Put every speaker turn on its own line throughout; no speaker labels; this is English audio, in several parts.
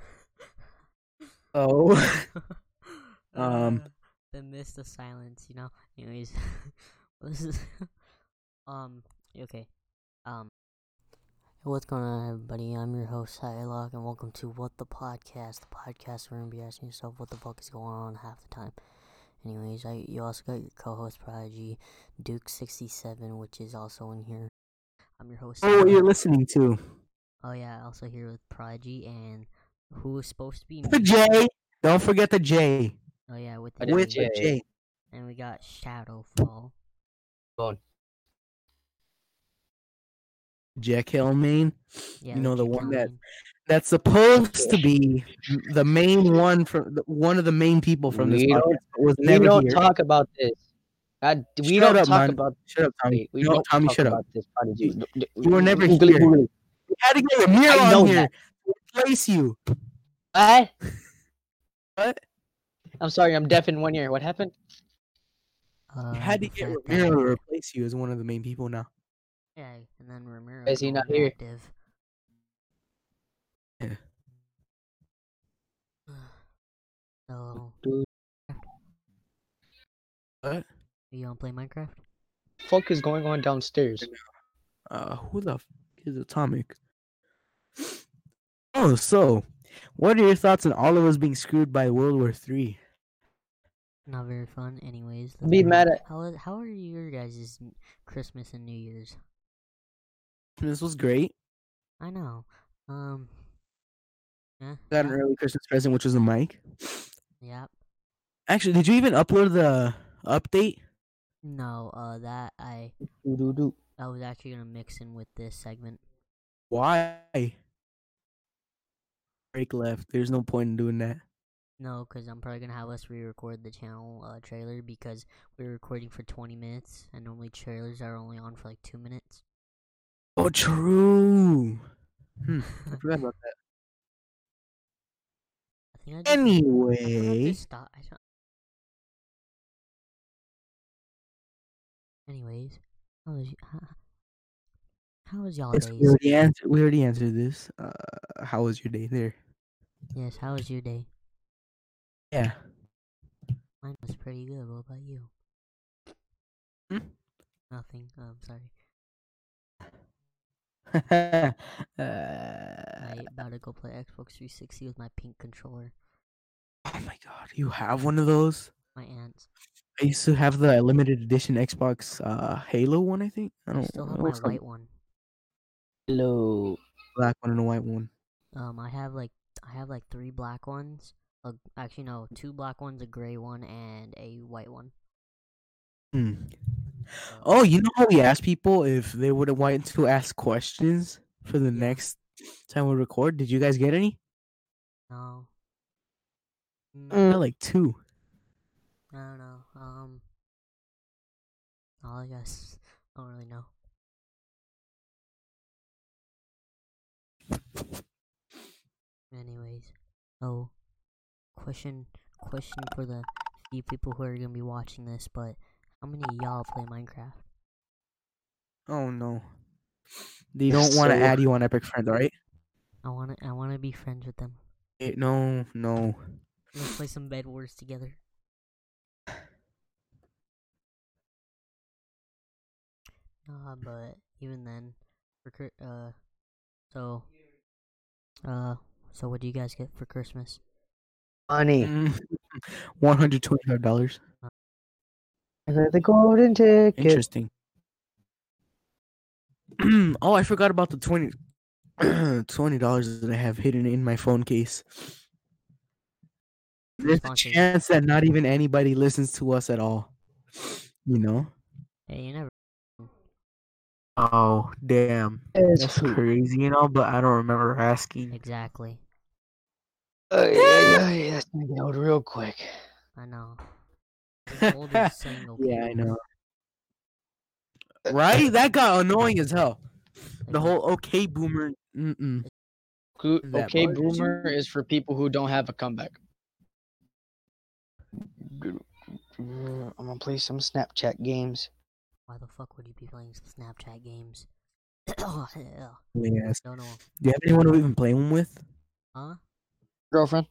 Oh. Um,
Uh, the mist of silence, you know. Anyways, this is um okay. Um, what's going on, everybody? I'm your host Hylog, and welcome to What the Podcast, the podcast where you're gonna be asking yourself what the fuck is going on half the time. Anyways, I you also got your co-host Prodigy Duke sixty seven, which is also in here. I'm your host.
oh, what
Hylog.
you're listening to.
Oh yeah, also here with Prodigy and who is supposed to be
The
me.
J. Don't forget the J.
Oh yeah, with the
I did
With
J.
the
J.
J.
and we got Shadowfall.
Jack Hillman.
Yeah,
you know the
Jack
one that
Hellman.
that's supposed to be the main one from the, one of the main people from this
We
podcast
don't-
but was
We
never
don't
here.
talk about this. God, we
Shut
don't
up,
talk
man.
about.
shut up, Tommy.
wait, we
no,
don't
Tommy,
talk
shut up.
about this. Prodigy.
You-
D- d-
you were never
Googly
here.
Googly.
We had to get Amir
I
on
know
here
that.
to replace you.
What?
What?
I'm sorry, I'm deaf in one ear. What happened?
Uh,
We had to
the
get
fact that-
Ramiro to replace you as one of the main people now.
Yeah, and then Ramiro.
Is he
going
not here?
active.
Yeah.
So,
Dude,
What?
you don't play Minecraft?
fuck is going on downstairs?
Uh, who the f- is Atomic? Oh, so what are your thoughts on all of us being screwed by World War Three?
Not very fun, anyways.
I'd be
let's-
mad at-
How is- how are your guys' Christmas and New Year's?
This was great.
I know. Um. Yeah.
Got an early Christmas present, which was a mic.
Yep.
Actually, did you even upload the update?
No. Uh. That I
Doo doo doo.
I was actually gonna mix in with this segment.
Why? Break left. There's no point in doing that.
No, because I'm probably gonna have us re-record the channel uh, trailer because we were recording for 20 minutes, and normally trailers are only on for like two minutes.
Oh, true. Hmm. I forgot about that.
I think I just, I don't know if
Anyway,
this stop. I don't... Anyways, how was y- how, how was y'all
since
days?
we already answered. We already answered this. Uh, how was your day there?
Yes, how was your day?
Yeah.
Mine was pretty good. What about you?
Hmm?
Nothing. Oh, I'm sorry.
uh,
I
oh
about to go play Xbox 360 with my pink controller.
oh my god, you have one of those?
My aunt's.
I used to have the limited edition Xbox uh, Halo one, I think. I
Oh,
I
don't
still
know.
have
it
my
was some
white one.
Hello.
black one and a white one.
Um, I have like I have like three black ones. Uh, actually, no, two black ones, a gray one, and a white one.
Hmm.
So,
Oh, you know how we asked people if they would have wanted to ask questions for the next time we record? Did you guys get any?
no. Mm,
I got like two.
I don't know. Um, all I guess I don't really know. Anyways, oh, question, question for the few people who are gonna be watching this, but how many of y'all play Minecraft?
Oh no. They don't want to
So-
add you on Epic Friends, all right?
I wanna, I wanna be friends with them.
Eh, No, no.
Let's play some Bed Wars together. Nah, but even then, for Chri- uh, so, uh, so what do you guys get for Christmas?
Honey.
Mm. $125.
I got the golden ticket.
Interesting. oh, I forgot about the 20 $20 that I have hidden in my phone case. There's a
Sponsors.
chance that not even anybody listens to us at all. You know?
Hey, you never.
Oh, damn.
It's free.
crazy and all, but I don't remember asking.
Exactly.
Oh, yeah, yeah, yeah. That's gonna get old real quick.
I know. This old is saying okay.
Yeah, I know. Right? That got annoying as hell.
Like,
The whole okay boomer. Mm-mm.
Coo-
That
Okay,
much.
boomer is for people who don't have a comeback. I'm gonna play some Snapchat games.
Why the fuck would you be playing Snapchat games? Ugh,
Yes.
Don't know.
Do you have anyone to even play one with?
Huh?
Girlfriend,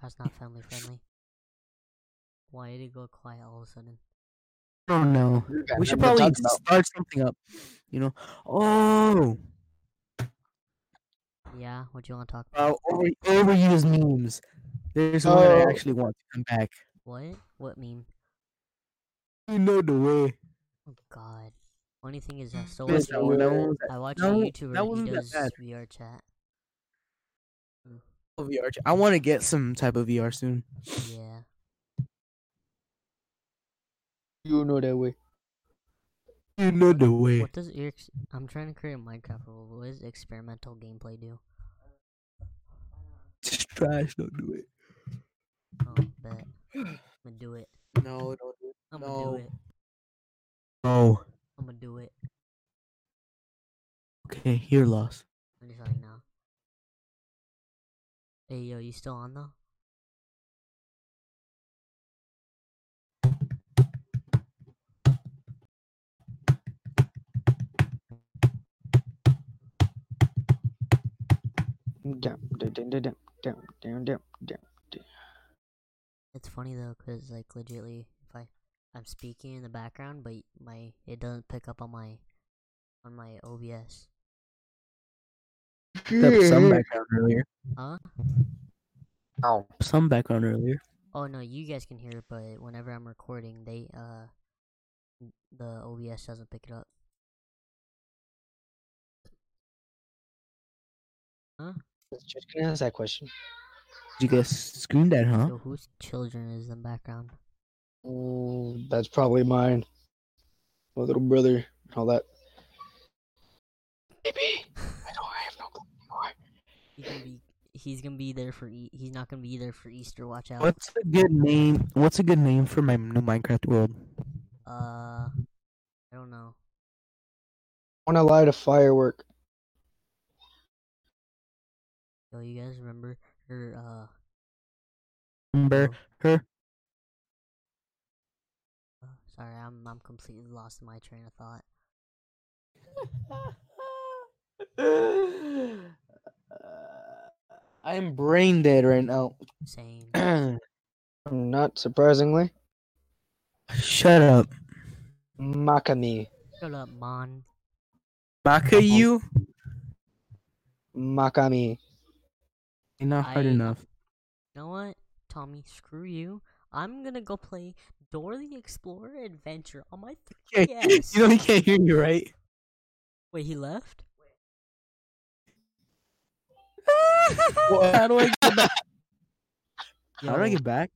That's not family friendly. Why did it go quiet all of a sudden?
I don't know. We should probably start something up. You know. Oh,
Yeah, what do you want to talk about?
about over, overused memes. There's one I
Oh.
actually want to come back.
What? What meme?
You know the way.
Oh God. Only thing is that so
Miss
much.
that one, that one was
I watch a
No, that
YouTuber.
wasn't
He
that
does
bad.
VR chat.
a VR. I want to get some type of VR soon.
Yeah.
You know that way.
You know the way.
What does ex- I'm trying to create a Minecraft world. What does experimental gameplay do?
It's trash. Don't do it.
Oh, bet. I'm gonna do it.
No, don't do it.
I'm gonna
No.
do it.
No.
I'm gonna do it.
Okay, you're lost.
I'm just like now. Hey yo, you still on though?
Damn, damn, damn, damn, damn, damn, damn, damn.
It's funny though, cause like legitly, if I I'm speaking in the background, but my it doesn't pick up on my on my OBS.
Except some
Yeah.
background earlier. Oh.
Huh?
Ow.
Some background earlier.
Oh no, you guys can hear it, but whenever I'm recording, they uh the OBS doesn't pick it up.
Just gonna ask that question.
You guys screamed at, huh?
So whose children is in the background?
Oh, that's probably mine. My little brother and all that. Baby, I don't. I have no clue
He's
anymore.
gonna be he's gonna be there for e- he's not gonna be there for Easter. Watch out.
What's a good name? What's a good name for my new Minecraft world?
Uh, I don't know.
Want to light a firework?
Yo, you guys remember her? Uh,
Remember
oh,
her?
uh, sorry, I'm I'm completely lost in my train of thought.
I'm brain dead right now.
Same.
Not surprisingly,
Shut up.
Makami.
Shut up, Mon.
Baka you?
Makami.
You're not hard
I-
enough.
You know what, Tommy? Screw you. I'm gonna go play Dora the Explorer Adventure on my.
Okay,
Yes.
You know he can't hear you, right?
Wait, he left.
How do I get back? How do I get back?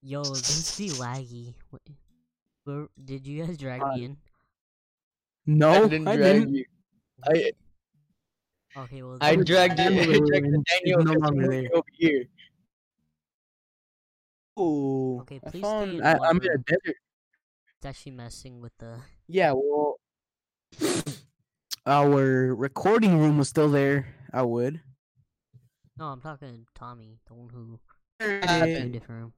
Yo, this be laggy. Wh- Where did you guys drag
Uh,
me in?
No, I
Oh, didn't
didn't.
drag you. I,
Okay, well.
I
then-
dragged you. I
Daniel
dragged
is
Daniel
no
and
longer
threw
there.
you over here.
Ooh,
Okay,
I
please stay
found-
in
I,
one
I'm in a
room.
desert.
It's actually messing with the.
Yeah, well, our recording room was still there. I would.
No, I'm talking to Tommy, the one who.
Hey,
Two different room.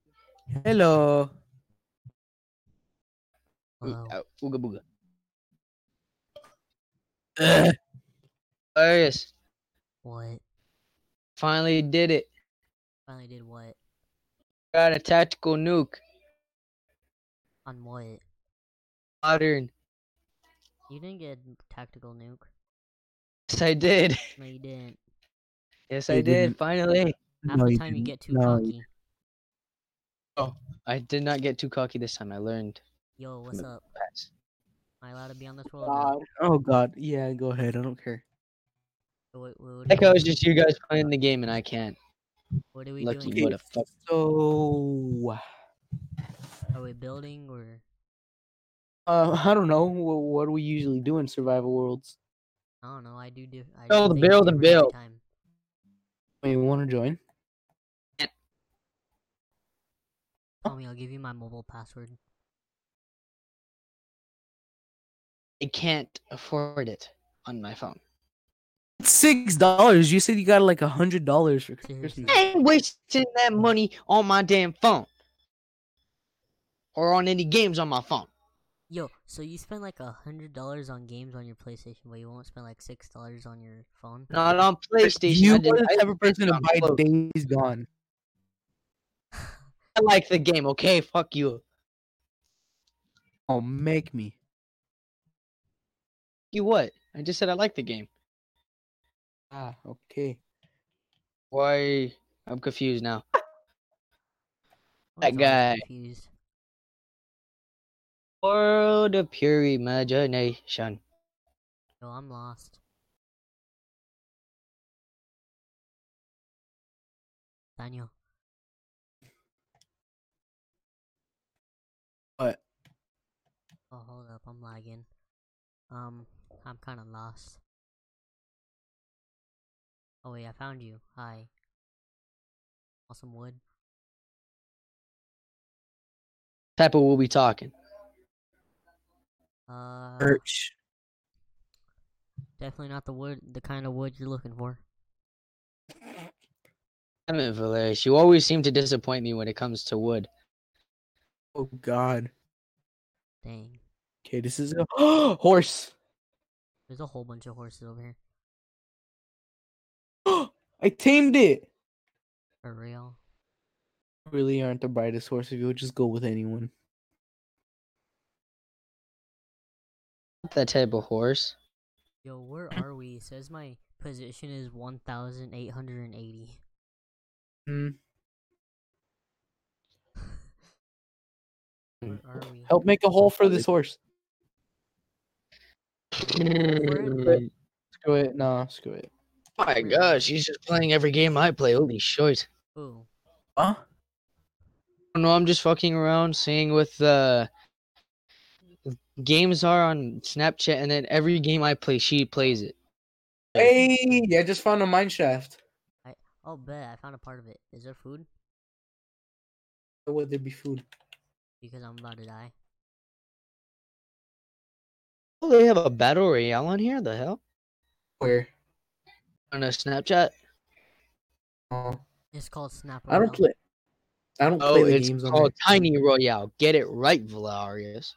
Hello.
Hello.
Uh, Ooga booga.
Ugh.
Oh yes,
What?
finally did it.
Finally did what?
Got a tactical nuke.
On what?
Modern.
You didn't get a tactical nuke.
Yes, I did.
No, you didn't.
Yes,
You
I did.
didn't.
Finally,
Half the time you,
didn't.
get too
No, you-
cocky.
I did not get too cocky this time. I learned.
Yo, what's
No.
up?
Pass.
Am I allowed to be on this world?
Uh,
or
Oh God. Yeah, go ahead. I don't care.
no? What, what, what,
Like I
are
was
we-
just you guys playing the game, and I can't.
what are we
lucky
doing?
motherfucker. Fuck.
So,
Are we building or
uh, I don't know. What, what do we usually do in survival worlds?
I don't know? I do do. I do
Build,
things
build, and
different every
build.
Time.
You want to join?
Tommy, I'll give you my mobile password.
I can't afford it on my phone.
Six dollars. You said you got like a hundred dollars for
Seriously.
Christmas.
I ain't wasting that money on my damn phone, or on any games on my phone.
Yo, so you spend like a hundred dollars on games on your PlayStation, but you won't spend like six dollars on your phone.
Not on PlayStation.
You
I,
were
did,
the
I,
type of person to
on
buy
clothes.
Days Gone.
I like the game. Okay, fuck you.
Oh, make me.
You what? I just said I like the game.
Ah, okay.
Why? I'm confused now.
I was
That
always
guy.
Confused.
World of pure imagination.
Yo, I'm lost. Daniel,
But
oh hold up, I'm lagging. Um, I'm kind of lost. Oh wait, I found you. Hi. Want some wood?
Type of we'll be talking.
Uh,
Birch.
definitely not the wood, the kind of wood you're looking for.
Damn it, Valeris. You always seem to disappoint me when it comes to wood.
Oh God.
Dang,
Okay, this is a horse.
there's a whole bunch of horses over here.
I tamed it.
For real.
Really aren't the brightest horse if you'll just go with anyone.
Not That type of horse.
Yo, where are we? It says my position is 1,880.
Hmm.
Where are we?
Help make a hole for this horse.
oh
Screw it. Nah, screw it.
my
Mm.
gosh, he's just playing every game I play. Holy shit.
Ooh.
Huh?
No, I'm just fucking around, seeing what the games are on Snapchat, and then every game I play, she plays it.
Hey, I just found a mine shaft.
Oh, bet. I found a part of it. Is there food?
Why Would there be food?
Because I'm about to die.
Oh, they have a battle royale on here? The hell?
Where?
On a Snapchat?
Oh,
It's called Snap.
I don't
Around.
play. I don't
Oh,
play the
it's
games on
called Tiny Royale. Get it right, Valerius.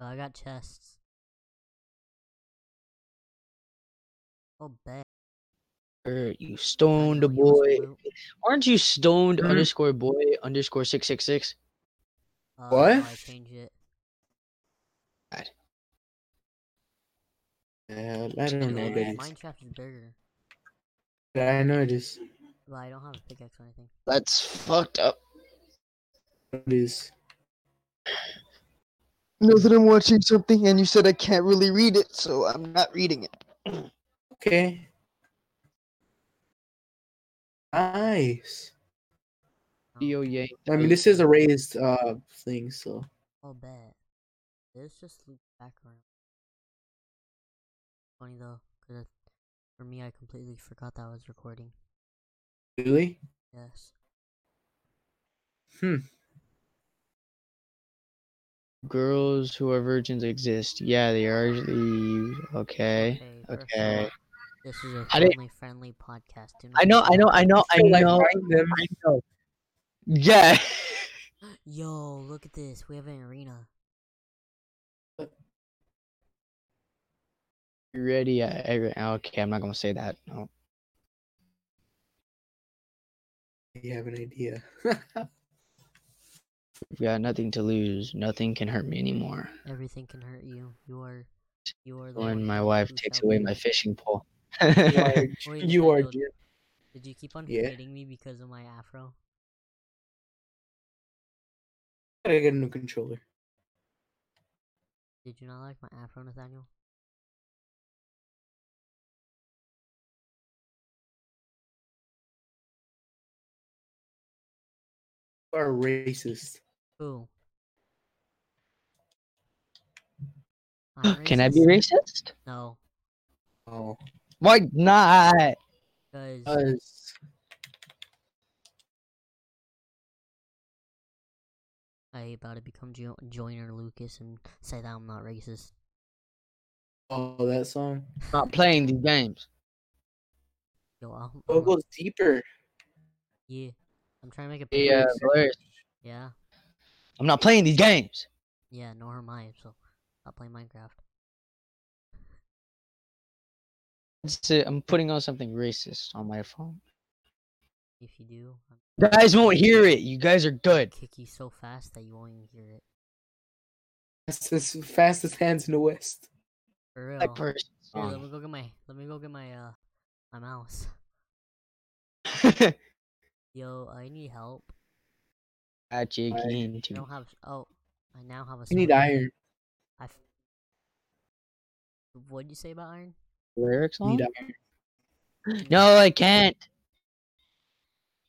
Oh, I got chests. Oh, bet.
Er, you
I
stoned
know
a
you want some
boy.
loot.
Aren't you stoned
Mhm.
underscore boy underscore six six six?
Uh,
What?
no, I changed it.
there. Uh, I don't know
Yo,
what that is.
Minecraft is bigger.
But I know it is.
But I don't have a pickaxe or anything.
That's fucked up.
It is.
No, that I'm watching something and you said I can't really read it, so I'm not reading it.
Okay. Nice.
Oh,
Yo, yay.
I mean, this is a raised uh thing, so
Oh, bet. There's just loop back around. Funny though, because for me, I completely forgot that I was recording.
really.
Yes.
Girls who are virgins exist. Yeah, they are. usually- Okay.
first of
okay.
all, This is a
I didn't-
family friendly podcast. Do
I
not
know, I know, I know, Oh, I
feel like
know.
buying them.
I know. Yeah.
Yo, look at this. We have an arena.
You ready? I, I, okay, I'm not gonna say that. No.
You have an idea.
We've got nothing to lose. Nothing can hurt me anymore.
Everything can hurt you. You are. You are the
When
one
my
who-
wife
who
takes
shall
away
be-
my fishing pole.
you are,
Wait,
you are
Nintendo,
Jim.
Did you keep on
Yeah.
hating me because of my afro?
Gotta get a new controller.
Did you not like my afro, Nathaniel?
You are racist.
Who?
Can I be racist?
No,
Oh,
Why not?
because
Uh,
us.
I about to become jo- Joiner Lucas and say that I'm not racist.
Oh, that song.
Not playing these games.
Yo, I'll,
Oh,
I'm
it goes deeper.
yeah, I'm trying to make a
Yeah,
Yeah.
I'm not playing these games.
Yeah, nor am I, so I'll play Minecraft.
That's it. I'm putting on something racist on my phone.
If you do, I'm
You guys won't hear it. You guys are
gonna
good.
kick you so fast that you won't even hear it.
Fastest, fastest hands in the West.
For real.
Black person
Here,
song.
let me go get my let me go get my uh my mouse. Yo, I need help.
Ah, Jake, you need
I
to-
don't have oh I now have a
You need
sword.
iron.
I f- What'd you say about iron?
lyrics
You
on?
need iron.
No, I can't.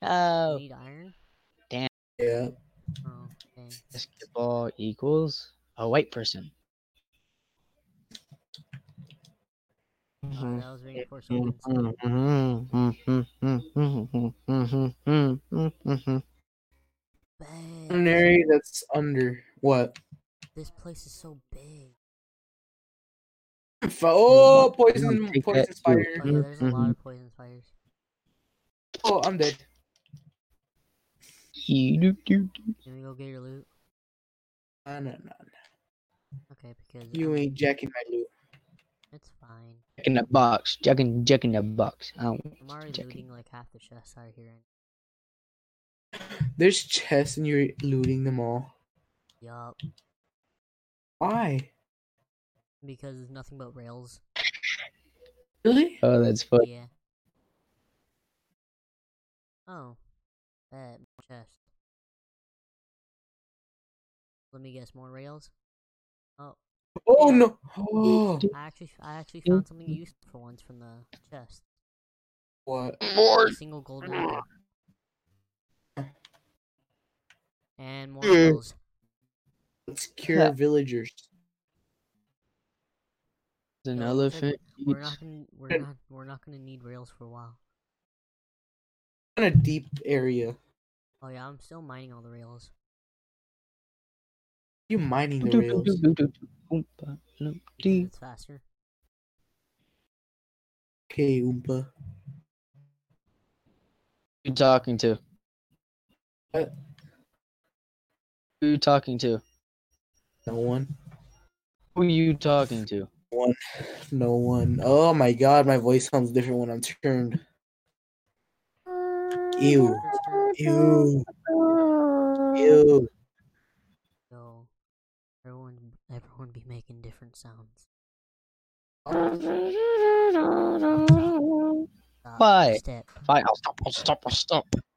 You
Oh.
need iron?
Yeah.
Oh, dang.
Basketball equals a white person. Mm-hmm.
Mm-hmm.
Uh, that was reinforced weapons.
Mm-hmm.
Bang.
Culinary that's under what?
This place is so big.
F- Oh,
Don't
poison,
take
poison
that,
spider.
Oh, yeah, there's a lot
Mm-hmm.
Mhm.
of poison spiders.
Oh, I'm dead.
Can we go get your loot?
Nah, nah, nah.
Okay, because
You
I'm-
ain't jacking my loot.
it's fine.
Jack in the box. Jack in, Jack in the box. I don't
I'm already
Jack in-
looting like half the chests out here. and-
There's chests and you're looting them all.
Yup,
Why?
because it's nothing but rails.
Really?
Oh, that's funny.
Yeah. Oh, that chest. Let me guess. More rails.
Oh
Yeah.
no. Oh.
I actually, I actually found something useful for once from the chest.
What?
A single golden apple. And more rails.
Let's cure villagers.
Yeah,
An
it's like,
elephant.
We're
eats-
not gonna, we're not, we're not gonna need rails for a while.
In a deep area.
Oh yeah, I'm still mining all the rails.
You mining the rails?
because It's faster.
Okay, Oompa.
Who you talking to?
What?
Who you talking to?
No one.
Who you talking to?
No one. Oh my god, my voice sounds different when I'm turned. Ew. Ew. Ew.
So everyone, everyone be making different sounds. Stop,
Why?
Step.
Fine, I'll stop. I'll stop. I'll stop.